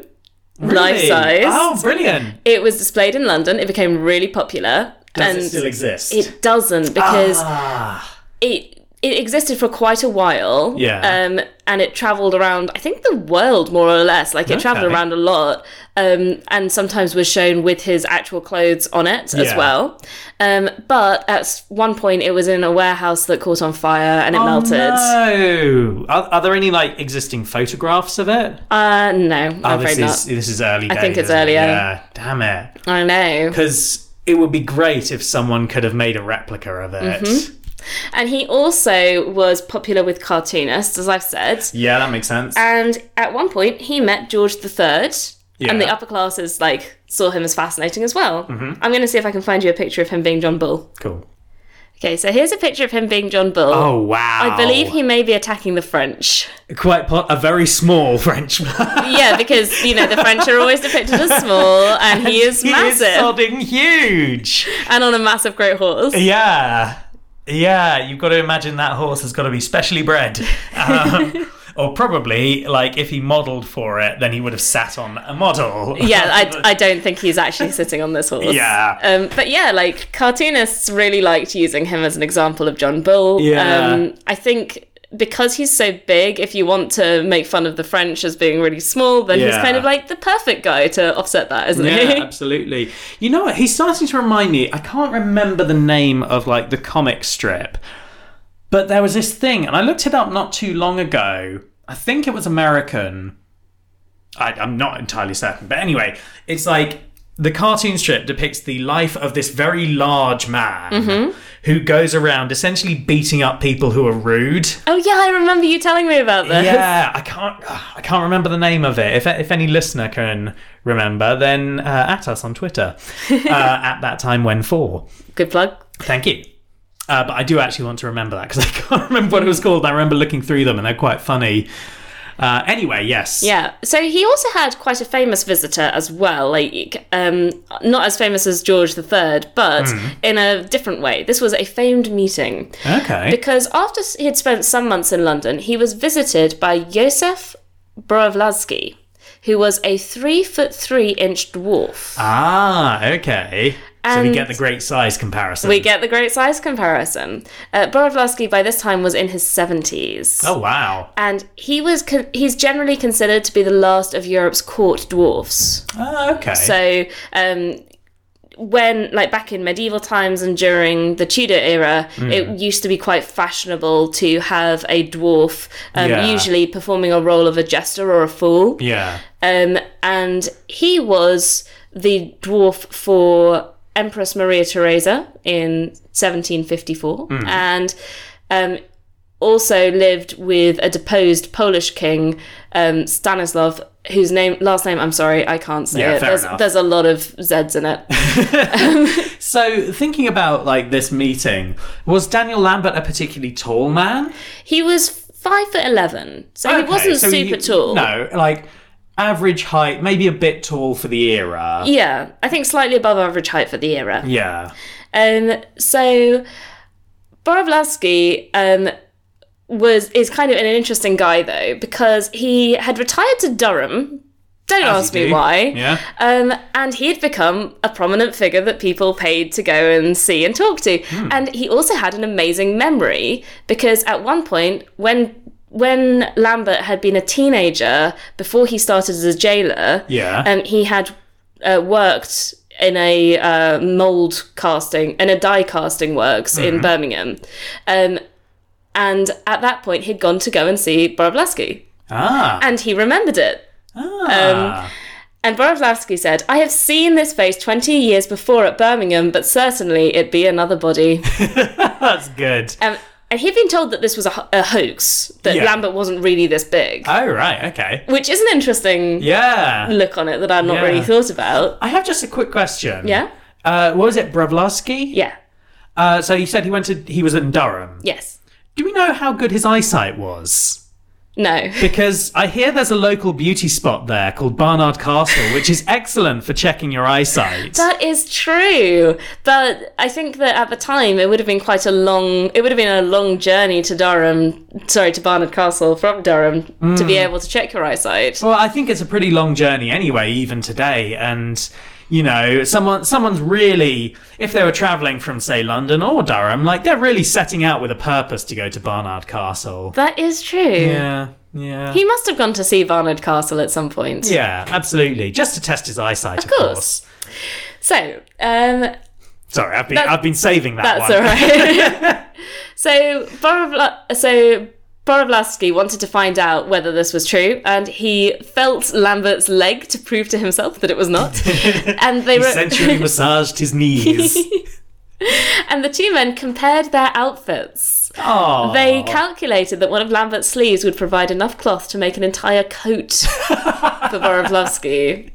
Speaker 1: Life
Speaker 2: Really?
Speaker 1: size.
Speaker 2: Oh, brilliant.
Speaker 1: It was displayed in London. It became really popular.
Speaker 2: Does
Speaker 1: and
Speaker 2: it still exist?
Speaker 1: it doesn't because
Speaker 2: Ah,
Speaker 1: it it existed for quite a while.
Speaker 2: Yeah.
Speaker 1: Um, and it travelled around, I think, the world more or less. Like it travelled
Speaker 2: Okay.
Speaker 1: around a lot, um, and sometimes was shown with his actual clothes on it as
Speaker 2: Yeah.
Speaker 1: well. Um, but at s- one point, it was in a warehouse that caught on fire and it melted.
Speaker 2: Oh, No. Are, are there any like existing photographs of it?
Speaker 1: Uh, no,
Speaker 2: oh,
Speaker 1: I'm afraid
Speaker 2: this is
Speaker 1: not.
Speaker 2: this is early. I
Speaker 1: think it's
Speaker 2: early.
Speaker 1: earlier.
Speaker 2: Yeah. Damn it.
Speaker 1: I know.
Speaker 2: Because it would be great if someone could have made a replica of it.
Speaker 1: Mm-hmm. And he also was popular with cartoonists, as I've said.
Speaker 2: Yeah, that makes sense.
Speaker 1: And at one point, he met George III, and the
Speaker 2: Yeah. Mm-hmm.
Speaker 1: upper classes like saw him as fascinating as well. I'm going to see if I can find you a picture of him being John Bull.
Speaker 2: cool.
Speaker 1: Okay, so here's a picture of him being John Bull.
Speaker 2: Oh wow.
Speaker 1: I believe he may be attacking the French.
Speaker 2: quite po- a very small Frenchman.
Speaker 1: Yeah, because you know the French are always depicted as small, and he is
Speaker 2: he is
Speaker 1: massive
Speaker 2: sodding huge.
Speaker 1: and on a massive great horse.
Speaker 2: Yeah. Yeah, you've got to imagine that horse has got to be specially bred. Um, or probably, like, if he modelled for it, then he would have sat on a model.
Speaker 1: Yeah, I, I don't think he's actually sitting on this horse.
Speaker 2: Yeah.
Speaker 1: Um, but yeah, like cartoonists really liked using him as an example of John Bull.
Speaker 2: Yeah.
Speaker 1: Um, I think because he's so big, if you want to make fun of the French as being really small, then he's
Speaker 2: Yeah.
Speaker 1: kind of like the perfect guy to offset that, isn't he?
Speaker 2: Yeah, absolutely. You know what? He's starting to remind me. I can't remember the name of like the comic strip, But there was this thing, and I looked it up not too long ago. I think it was American. I, I'm not entirely certain. But anyway, it's like the cartoon strip depicts the life of this very large man
Speaker 1: Mm-hmm.
Speaker 2: who goes around essentially beating up people who are rude.
Speaker 1: Oh yeah, I remember you telling me about this.
Speaker 2: Yeah, I can't. ah, I can't remember the name of it. If if any listener can remember, then uh, at us on Twitter uh, at that time when four.
Speaker 1: Good plug.
Speaker 2: Thank you. Uh, but I do actually want to remember that because I can't remember what it was called. I remember looking through them and they're quite funny. Uh, anyway, yes.
Speaker 1: Yeah. So he also had quite a famous visitor as well, like um, not as famous as George III, but
Speaker 2: Mm.
Speaker 1: in a different way. This was a famed meeting
Speaker 2: Okay.
Speaker 1: because after he had spent some months in London, he was visited by Josef Borovladsky, who was a three foot three inch dwarf.
Speaker 2: ah, okay. so we
Speaker 1: And-
Speaker 2: get the great size comparison.
Speaker 1: We get the great size comparison. Uh, Borovladsky by this time was in his seventies.
Speaker 2: oh wow.
Speaker 1: And he was con- he's generally considered to be the last of Europe's court dwarfs.
Speaker 2: Ah, okay.
Speaker 1: So, um, when like back in medieval times and during the Tudor era, it used to be quite fashionable to have a dwarf, um,
Speaker 2: Yeah.
Speaker 1: usually performing a role of a jester or a fool.
Speaker 2: yeah.
Speaker 1: Um, and he was the dwarf for Empress Maria Theresa in 1754,
Speaker 2: Hmm.
Speaker 1: and um, also lived with a deposed Polish king, um, Stanislav, whose name, last name, I'm sorry, I can't say
Speaker 2: Yeah,
Speaker 1: it.
Speaker 2: fair
Speaker 1: there's,
Speaker 2: enough.
Speaker 1: there's a lot of Z's in it.
Speaker 2: So thinking about like this meeting, was Daniel Lambert a particularly tall man?
Speaker 1: he was five foot eleven, so he
Speaker 2: Okay,
Speaker 1: wasn't
Speaker 2: so
Speaker 1: super
Speaker 2: he-
Speaker 1: tall.
Speaker 2: No, like average height, maybe a bit tall for the era.
Speaker 1: Yeah, I think slightly above average height for the era.
Speaker 2: Yeah.
Speaker 1: Um, so Borovladsky um, was is kind of an interesting guy though because he had retired to Durham. Don't ask
Speaker 2: you
Speaker 1: me
Speaker 2: do.
Speaker 1: why.
Speaker 2: Yeah.
Speaker 1: Um, and he had become a prominent figure that people paid to go and see and talk to.
Speaker 2: Hmm.
Speaker 1: And he also had an amazing memory because at one point, when when Lambert had been a teenager before he started as a jailer,
Speaker 2: Yeah.
Speaker 1: um, he had uh, worked in a uh, mold casting in a die casting works
Speaker 2: Mm-hmm.
Speaker 1: in Birmingham, um, and at that point he'd gone to go and see Borovlaski,
Speaker 2: Ah.
Speaker 1: and he remembered it.
Speaker 2: ah.
Speaker 1: And Borovlaski said, "I have seen this face twenty years before at Birmingham, but certainly it be another body."
Speaker 2: That's good.
Speaker 1: um, and he'd been told that this was a, ho- a hoax that
Speaker 2: Yeah.
Speaker 1: Lambert wasn't really this big,
Speaker 2: oh right. Okay.
Speaker 1: which is an interesting
Speaker 2: Yeah.
Speaker 1: look on it that I'd not
Speaker 2: Yeah.
Speaker 1: really thought about.
Speaker 2: I have just a quick question.
Speaker 1: Yeah?
Speaker 2: Uh, what was it, Bravlowski?
Speaker 1: Yeah.
Speaker 2: Uh, so you said he went to he was in Durham.
Speaker 1: Yes.
Speaker 2: Do we know how good his eyesight was?
Speaker 1: No.
Speaker 2: Because I hear there's a local beauty spot there called Barnard Castle, which is excellent for checking your eyesight.
Speaker 1: That is true, but I think that at the time it would have been quite a long. It would have been a long journey to Durham, sorry, to Barnard Castle from Durham to be able to check your eyesight.
Speaker 2: Mm. Well, I think it's a pretty long journey anyway, even today. And you know, someone someone's really if they were travelling from say London or Durham, like they're really setting out with a purpose to go to Barnard Castle.
Speaker 1: That is true.
Speaker 2: Yeah, yeah.
Speaker 1: He must have gone to see Barnard Castle at some point.
Speaker 2: yeah, absolutely. Just to test his eyesight, of,
Speaker 1: course.
Speaker 2: course.
Speaker 1: So, um,
Speaker 2: Sorry, I've been
Speaker 1: That-
Speaker 2: I've been saving that
Speaker 1: That's
Speaker 2: one.
Speaker 1: all right. so Borovla- so Borovlaski wanted to find out whether this was true, and he felt Lambert's leg to prove to himself that it was not. and they were
Speaker 2: Essentially massaged his knees.
Speaker 1: and the two men compared their outfits.
Speaker 2: Oh,
Speaker 1: They calculated that one of Lambert's sleeves would provide enough cloth to make an entire coat for Borovlovsky.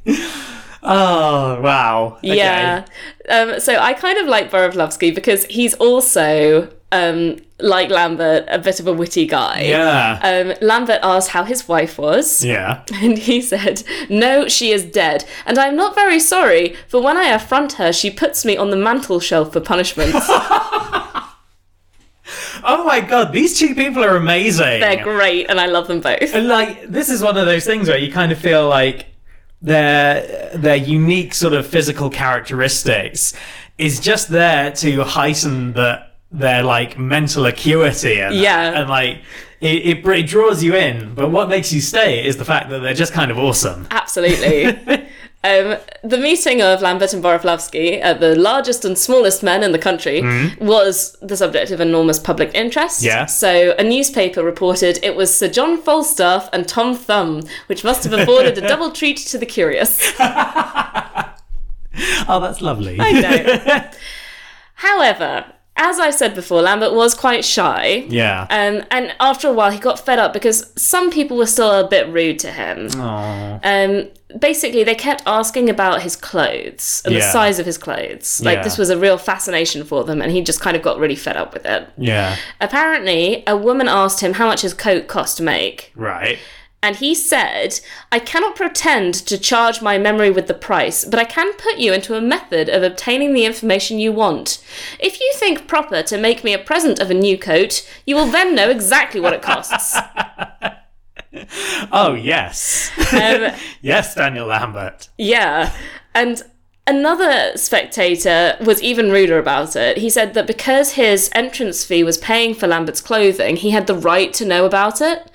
Speaker 2: oh wow. Okay.
Speaker 1: Yeah. Um, so I kind of like Borovlovsky because he's also, um, like Lambert, a bit of a witty guy.
Speaker 2: Yeah.
Speaker 1: Um, Lambert asked how his wife was,
Speaker 2: yeah.
Speaker 1: and he said, No, she is dead, and I'm not very sorry, for when I affront her, she puts me on the mantel shelf for punishment.
Speaker 2: Oh my god, these two people are amazing.
Speaker 1: They're great, and I love them both.
Speaker 2: And, like this is one of those things where you kind of feel like their their unique sort of physical characteristics is just there to heighten the their like mental acuity and
Speaker 1: Yeah.
Speaker 2: and like it, it, br- it draws you in but what makes you stay is the fact that they're just kind of awesome
Speaker 1: Absolutely. Um, the meeting of Lambert and Boroplavsky, uh, the largest and smallest men in the country, was the subject of enormous public interest.
Speaker 2: Yeah.
Speaker 1: So a newspaper reported it was Sir John Falstaff and Tom Thumb, which must have afforded a double treat to the curious.
Speaker 2: Oh, that's lovely.
Speaker 1: I know. However, as I said before, Lambert was quite shy.
Speaker 2: yeah.
Speaker 1: Um, and after a while, he got fed up because some people were still a bit rude to him.
Speaker 2: Aw.
Speaker 1: Um, basically, they kept asking about his clothes and the
Speaker 2: Yeah.
Speaker 1: size of his clothes. Like,
Speaker 2: Yeah.
Speaker 1: this was a real fascination for them, and he just kind of got really fed up with it.
Speaker 2: Yeah.
Speaker 1: Apparently, a woman asked him how much his coat cost to make,
Speaker 2: Right.
Speaker 1: and he said, I cannot pretend to charge my memory with the price, but I can put you into a method of obtaining the information you want. If you think proper to make me a present of a new coat, you will then know exactly what it costs.
Speaker 2: Oh, yes.
Speaker 1: Um,
Speaker 2: yes, Daniel Lambert.
Speaker 1: Yeah. And another spectator was even ruder about it. He said that because his entrance fee was paying for Lambert's clothing, he had the right to know about it.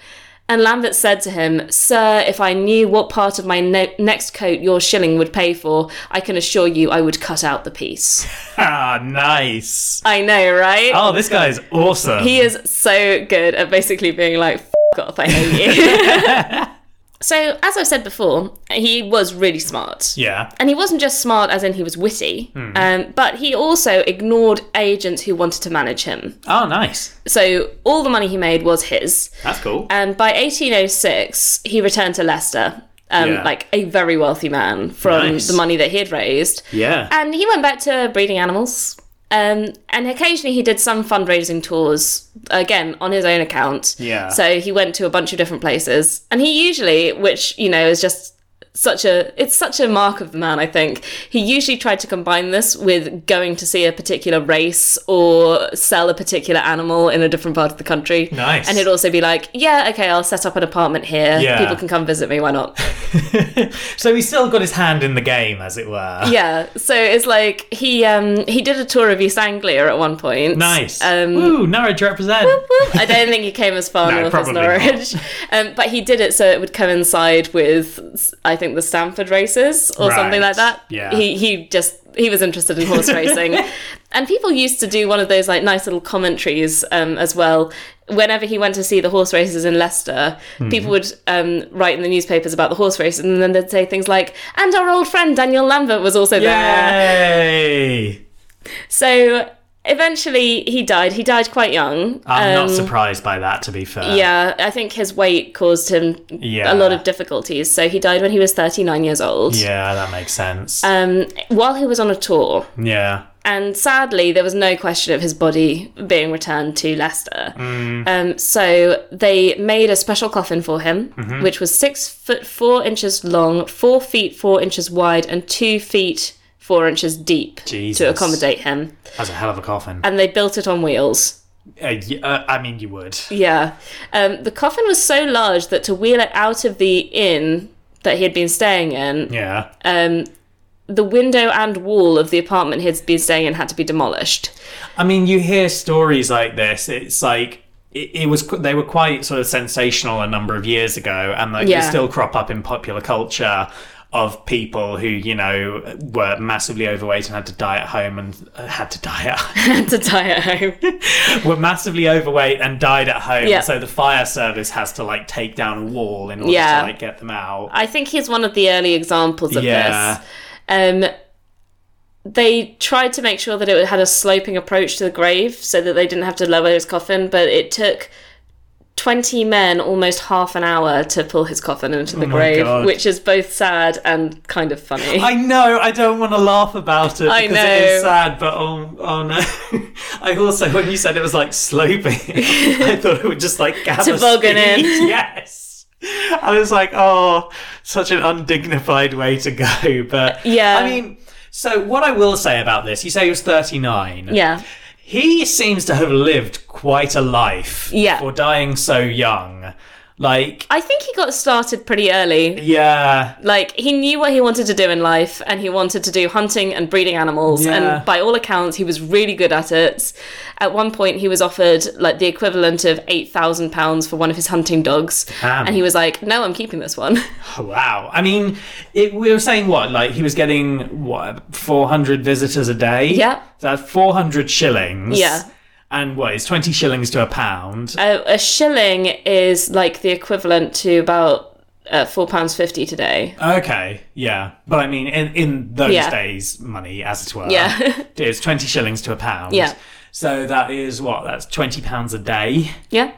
Speaker 1: And Lambert said to him, Sir, if I knew what part of my ne- next coat your shilling would pay for, I can assure you I would cut out the piece.
Speaker 2: Ah, nice.
Speaker 1: I know, right?
Speaker 2: Oh, this guy is awesome.
Speaker 1: He is so good at basically being like, F off, I hate you. so, as I've said before, he was really smart.
Speaker 2: yeah.
Speaker 1: And he wasn't just smart, as in he was witty,
Speaker 2: Hmm.
Speaker 1: um, but he also ignored agents who wanted to manage him.
Speaker 2: Oh, nice.
Speaker 1: So all the money he made was his.
Speaker 2: That's cool.
Speaker 1: And by 1806, he returned to Leicester, um,
Speaker 2: Yeah.
Speaker 1: like a very wealthy man from
Speaker 2: Nice.
Speaker 1: the money that he had raised.
Speaker 2: yeah.
Speaker 1: And he went back to breeding animals. Um, and occasionally he did some fundraising tours, again, on his own account.
Speaker 2: Yeah.
Speaker 1: So he went to a bunch of different places. And he usually, which, you know, is just such a it's such a mark of the man i think he usually tried to combine this with going to see a particular race or sell a particular animal in a different part of the country
Speaker 2: Nice.
Speaker 1: and it'd also be like yeah okay i'll set up an apartment here
Speaker 2: Yeah.
Speaker 1: people can come visit me why not
Speaker 2: so he's still got his hand in the game, as it were.
Speaker 1: yeah so it's like he um he did a tour of east anglia at one point
Speaker 2: Nice.
Speaker 1: um
Speaker 2: Ooh, Norwich represent.
Speaker 1: I don't think he came as far
Speaker 2: No,
Speaker 1: north as
Speaker 2: probably
Speaker 1: Norwich, um, but he did it so it would coincide with, I think, the Stamford races or something
Speaker 2: Right,
Speaker 1: like that.
Speaker 2: yeah.
Speaker 1: He he just he was interested in horse racing, and people used to do one of those like nice little commentaries um, as well. Whenever he went to see the horse races in Leicester,
Speaker 2: Hmm.
Speaker 1: people would um, write in the newspapers about the horse races, and then they'd say things like, "And our old friend Daniel Lambert was also there."
Speaker 2: Yay!
Speaker 1: So. Eventually, he died. He died quite young.
Speaker 2: I'm not
Speaker 1: Um,
Speaker 2: surprised by that, to be fair.
Speaker 1: yeah, I think his weight caused him
Speaker 2: Yeah.
Speaker 1: a lot of difficulties. So he died when he was 39 years old.
Speaker 2: Yeah, that makes sense.
Speaker 1: Um, while he was on a tour,
Speaker 2: yeah.
Speaker 1: and sadly, there was no question of his body being returned to Leicester.
Speaker 2: Mm.
Speaker 1: Um, so they made a special coffin for him,
Speaker 2: Mm-hmm.
Speaker 1: which was six foot four inches long, four feet four inches wide, and two feet four inches deep to
Speaker 2: Jesus.
Speaker 1: accommodate him.
Speaker 2: That's a hell of a coffin.
Speaker 1: And they built it on wheels.
Speaker 2: Uh, y- uh, I mean, you would.
Speaker 1: Yeah. Um, the coffin was so large that to wheel it out of the inn that he had been staying in,
Speaker 2: Yeah.
Speaker 1: um, the window and wall of the apartment he'd been staying in had to be demolished.
Speaker 2: I mean, you hear stories like this. It's like it, it was. qu- They were quite sort of sensational a number of years ago, and like
Speaker 1: Yeah.
Speaker 2: they still crop up in popular culture of people who you know were massively overweight and had to die at home and uh, had to die at
Speaker 1: Had to die at home.
Speaker 2: were massively overweight and died at home.
Speaker 1: Yeah.
Speaker 2: So the fire service has to like take down a wall in order
Speaker 1: Yeah.
Speaker 2: to like get them out.
Speaker 1: I think he's one of the early examples of
Speaker 2: Yeah.
Speaker 1: this. Um, they tried to make sure that it had a sloping approach to the grave so that they didn't have to lower his coffin, but it took 20 men almost half an hour to pull his coffin into the grave,
Speaker 2: Oh God.
Speaker 1: which is both sad and kind of funny.
Speaker 2: I know. I don't want to laugh about it
Speaker 1: I
Speaker 2: because it is
Speaker 1: know.
Speaker 2: sad. But oh, oh no! I also, when you said it was like sloping, I thought it would just like gather
Speaker 1: Toboggan in.
Speaker 2: speed. Yes. I was like, oh, such an undignified way to go. But
Speaker 1: Yeah.
Speaker 2: I mean, so what I will say about this, you say he was thirty nine.
Speaker 1: Yeah.
Speaker 2: He seems to have lived quite a life
Speaker 1: Yeah.
Speaker 2: for dying so young. Like,
Speaker 1: I think he got started pretty early.
Speaker 2: yeah,
Speaker 1: Like he knew what he wanted to do in life, and he wanted to do hunting and breeding animals.
Speaker 2: Yeah.
Speaker 1: And by all accounts, he was really good at it. At one point, he was offered like the equivalent of eight thousand pounds for one of his hunting dogs,
Speaker 2: Damn.
Speaker 1: and he was like, "No, I'm keeping this one."
Speaker 2: Oh, wow. I mean, it, we were saying what? Like, he was getting what 400 visitors a day.
Speaker 1: Yeah.
Speaker 2: So that's 400 shillings.
Speaker 1: Yeah.
Speaker 2: And what is 20 shillings to a pound?
Speaker 1: a, Uh, a shilling is like the equivalent to about uh, four pounds fifty today.
Speaker 2: Okay, yeah, but I mean, in in those
Speaker 1: Yeah.
Speaker 2: days, money, as it were,
Speaker 1: Yeah.
Speaker 2: it's twenty shillings to a pound.
Speaker 1: Yeah.
Speaker 2: So that is what that's twenty pounds a day,
Speaker 1: Yeah,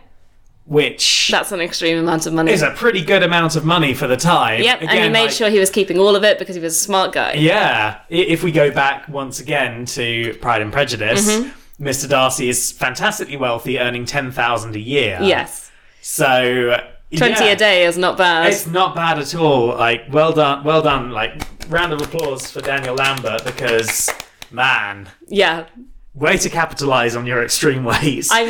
Speaker 2: which
Speaker 1: that's an extreme amount of money.
Speaker 2: is a pretty good amount of money for the time.
Speaker 1: Yep, and he made
Speaker 2: like-
Speaker 1: sure he was keeping all of it because he was a smart guy.
Speaker 2: Yeah, i- if we go back once again to Pride and Prejudice.
Speaker 1: Mm-hmm.
Speaker 2: Mr. Darcy is fantastically wealthy, earning ten thousand a year.
Speaker 1: Yes,
Speaker 2: so
Speaker 1: twenty
Speaker 2: yeah.
Speaker 1: a day is not bad.
Speaker 2: It's not bad at all. Like, well done, well done. Like, round of applause for Daniel Lambert because, man,
Speaker 1: yeah,
Speaker 2: way to capitalize on your extreme ways.
Speaker 1: I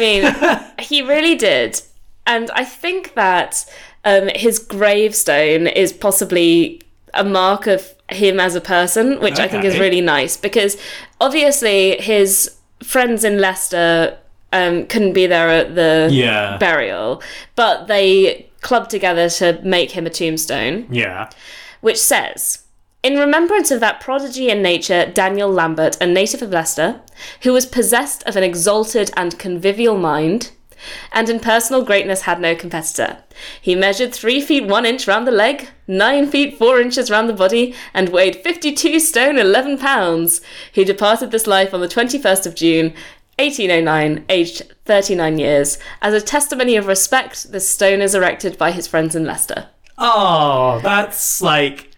Speaker 1: mean, he really did, and I think that um, his gravestone is possibly a mark of him as a person, which I think is
Speaker 2: Okay.
Speaker 1: really nice because obviously his friends in Leicester um, couldn't be there at the
Speaker 2: yeah.
Speaker 1: burial, but they clubbed together to make him a tombstone,
Speaker 2: yeah.
Speaker 1: which says. In remembrance of that prodigy in nature, Daniel Lambert, a native of Leicester, who was possessed of an exalted and convivial mind, and in personal greatness had no competitor. He measured three feet one inch round the leg, nine feet four inches round the body, and weighed fifty two stone eleven pounds. He departed this life on the twenty first of June, 1809, aged 39 years. As a testimony of respect, this stone is erected by his friends in Leicester.
Speaker 2: Oh, that's like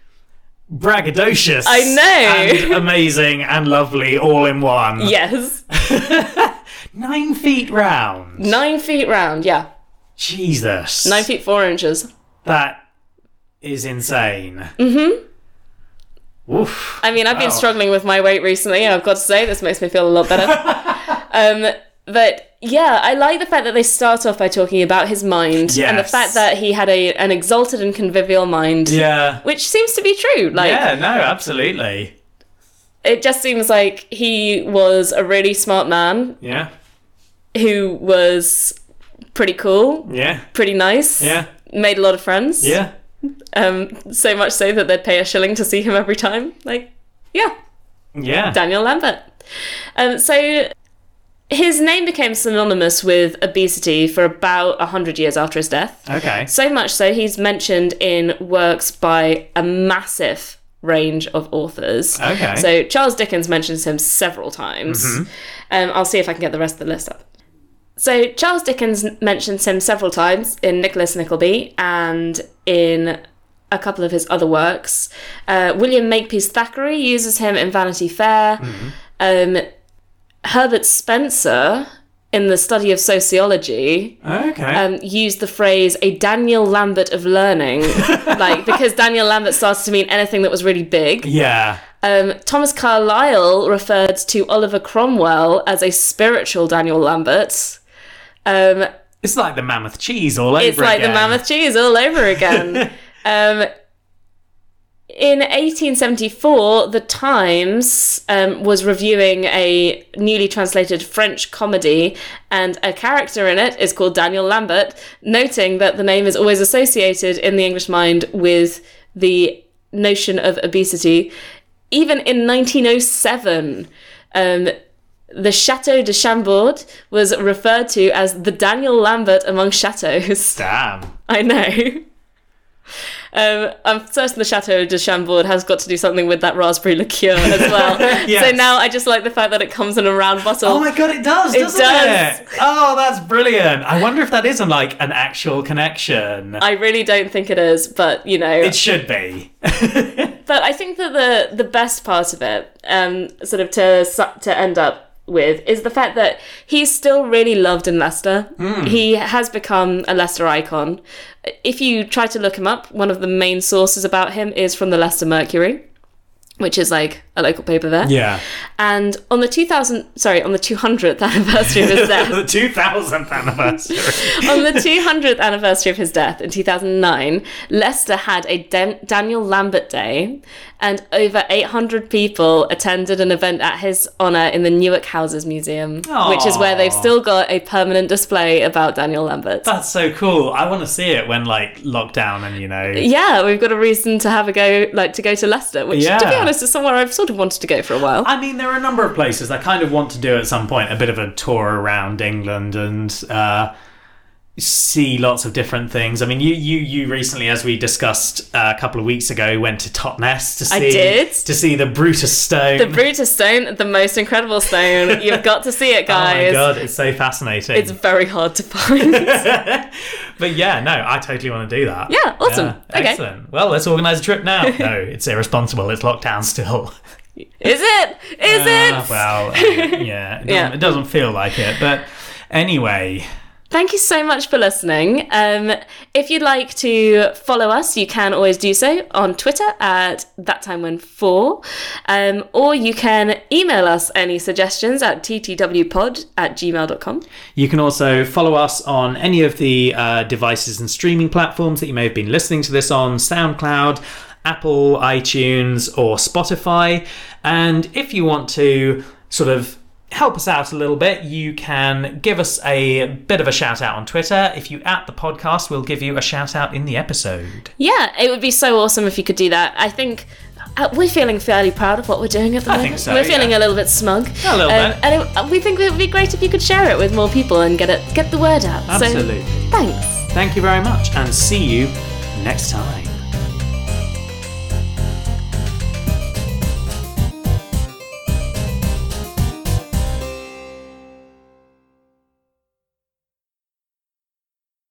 Speaker 2: braggadocious.
Speaker 1: I know.
Speaker 2: And amazing and lovely all in one.
Speaker 1: Yes.
Speaker 2: Nine feet round.
Speaker 1: Nine feet round, yeah.
Speaker 2: Jesus.
Speaker 1: Nine feet four inches.
Speaker 2: That is insane. Mm
Speaker 1: Mm-hmm.
Speaker 2: hmm. Oof.
Speaker 1: I mean, I've been
Speaker 2: Wow.
Speaker 1: struggling with my weight recently, and I've got to say, this makes me feel a lot better. um, but yeah, I like the fact that they start off by talking about his mind and the
Speaker 2: Yes.
Speaker 1: fact that he had a an exalted and convivial mind,
Speaker 2: yeah.
Speaker 1: which seems to be true. Like,
Speaker 2: Yeah, no, absolutely.
Speaker 1: it just seems like he was a really smart man
Speaker 2: Yeah.
Speaker 1: who was pretty cool,
Speaker 2: Yeah.
Speaker 1: pretty nice,
Speaker 2: Yeah.
Speaker 1: made a lot of friends.
Speaker 2: Yeah.
Speaker 1: Um, so much so that they'd pay a shilling to see him every time. Like, yeah.
Speaker 2: Yeah.
Speaker 1: Daniel Lambert. Um, so his name became synonymous with obesity for about 100 years after his death.
Speaker 2: Okay.
Speaker 1: So much so, he's mentioned in works by a massive range of authors.
Speaker 2: Okay.
Speaker 1: So Charles Dickens mentions him several times. Um, I'll see if I can get the rest of the list up. So Charles Dickens mentions him several times in Nicholas Nickleby and in a couple of his other works. Uh, William Makepeace Thackeray uses him in Vanity Fair. Um, Herbert Spencer in the study of sociology
Speaker 2: Okay.
Speaker 1: um, used the phrase a Daniel Lambert of learning, like because Daniel Lambert starts to mean anything that was really big.
Speaker 2: yeah.
Speaker 1: Um, Thomas Carlyle referred to Oliver Cromwell as a spiritual Daniel Lambert. Um,
Speaker 2: It's like the mammoth cheese all over
Speaker 1: it's like
Speaker 2: again.
Speaker 1: the mammoth cheese all over again. um, in 1874, The Times um, was reviewing a newly translated French comedy, and a character in it is called Daniel Lambert, noting that the name is always associated in the English mind with the notion of obesity. Even in 1907, um, the Chateau de Chambord was referred to as the Daniel Lambert among chateaus.
Speaker 2: Damn.
Speaker 1: I know. Um, I'm certain the Chateau de Chambord has got to do something with that raspberry liqueur as well.
Speaker 2: Yes.
Speaker 1: So now I just like the fact that it comes in a round bottle.
Speaker 2: Oh my god, it does, doesn't it?
Speaker 1: does.
Speaker 2: Oh, that's brilliant. I wonder if that isn't like an actual connection.
Speaker 1: I really don't think it is, but you know.
Speaker 2: it should be.
Speaker 1: but I think that the the best part of it, um, sort of to su- to end up with, is the fact that he's still really loved in Leicester. He has become a Leicester icon. If you try to look him up, one of the main sources about him is from the Leicester Mercury, which is like a local paper there.
Speaker 2: yeah.
Speaker 1: And on the 2000, sorry, on the 200th anniversary of his death,
Speaker 2: the 2000th anniversary.
Speaker 1: on the 200th anniversary of his death in 2009, Leicester had a Dan- Daniel Lambert Day, and over 800 people attended an event at his honour in the Newark Houses Museum, which is where they've
Speaker 2: Aw.
Speaker 1: still got a permanent display about Daniel Lambert.
Speaker 2: That's so cool. I want to see it when like lockdown and you know.
Speaker 1: yeah, we've got a reason to have a go, like to go to Leicester, which, to be
Speaker 2: Yeah.
Speaker 1: honest, is somewhere I've sort of wanted to go for a while.
Speaker 2: I mean, there are a number of places I kind of want to do at some point a bit of a tour around England and uh, see lots of different things. I mean, you you you recently, as we discussed uh, a couple of weeks ago, went to Totnes to see
Speaker 1: I did.
Speaker 2: to see the Brutus Stone.
Speaker 1: the Brutus Stone, the most incredible stone. You've got to see it,
Speaker 2: oh my
Speaker 1: guys.
Speaker 2: god, it's so fascinating.
Speaker 1: It's very hard to find.
Speaker 2: but yeah, no, I totally want to do that.
Speaker 1: Yeah, awesome. Okay.
Speaker 2: Excellent. Well, let's organise a trip now. no, it's irresponsible. It's lockdown still.
Speaker 1: Is it? Is
Speaker 2: Ah,
Speaker 1: it?
Speaker 2: well, uh, yeah, it doesn't,
Speaker 1: Yeah.
Speaker 2: it doesn't feel like it. But anyway,
Speaker 1: Thank you so much for listening. Um, if you'd like to follow us, you can always do so on Twitter at that time when four, um, or you can email us any suggestions at ttwpod at gmail.com.
Speaker 2: you can also follow us on any of the uh, devices and streaming platforms that you may have been listening to this on SoundCloud, Apple, iTunes, or Spotify. And if you want to sort of help us out a little bit, you can give us a bit of a shout out on Twitter. If you at the podcast, we'll give you a shout out in the episode.
Speaker 1: Yeah, it would be so awesome if you could do that. I think uh, we're feeling fairly proud of what we're doing at the
Speaker 2: I
Speaker 1: moment.
Speaker 2: think so,
Speaker 1: we're feeling
Speaker 2: yeah.
Speaker 1: a little bit smug. Um,
Speaker 2: A little bit.
Speaker 1: And it, we think it would be great if you could share it with more people and get it get the word out. So,
Speaker 2: Absolutely.
Speaker 1: thanks.
Speaker 2: Thank you very much, and see you next time.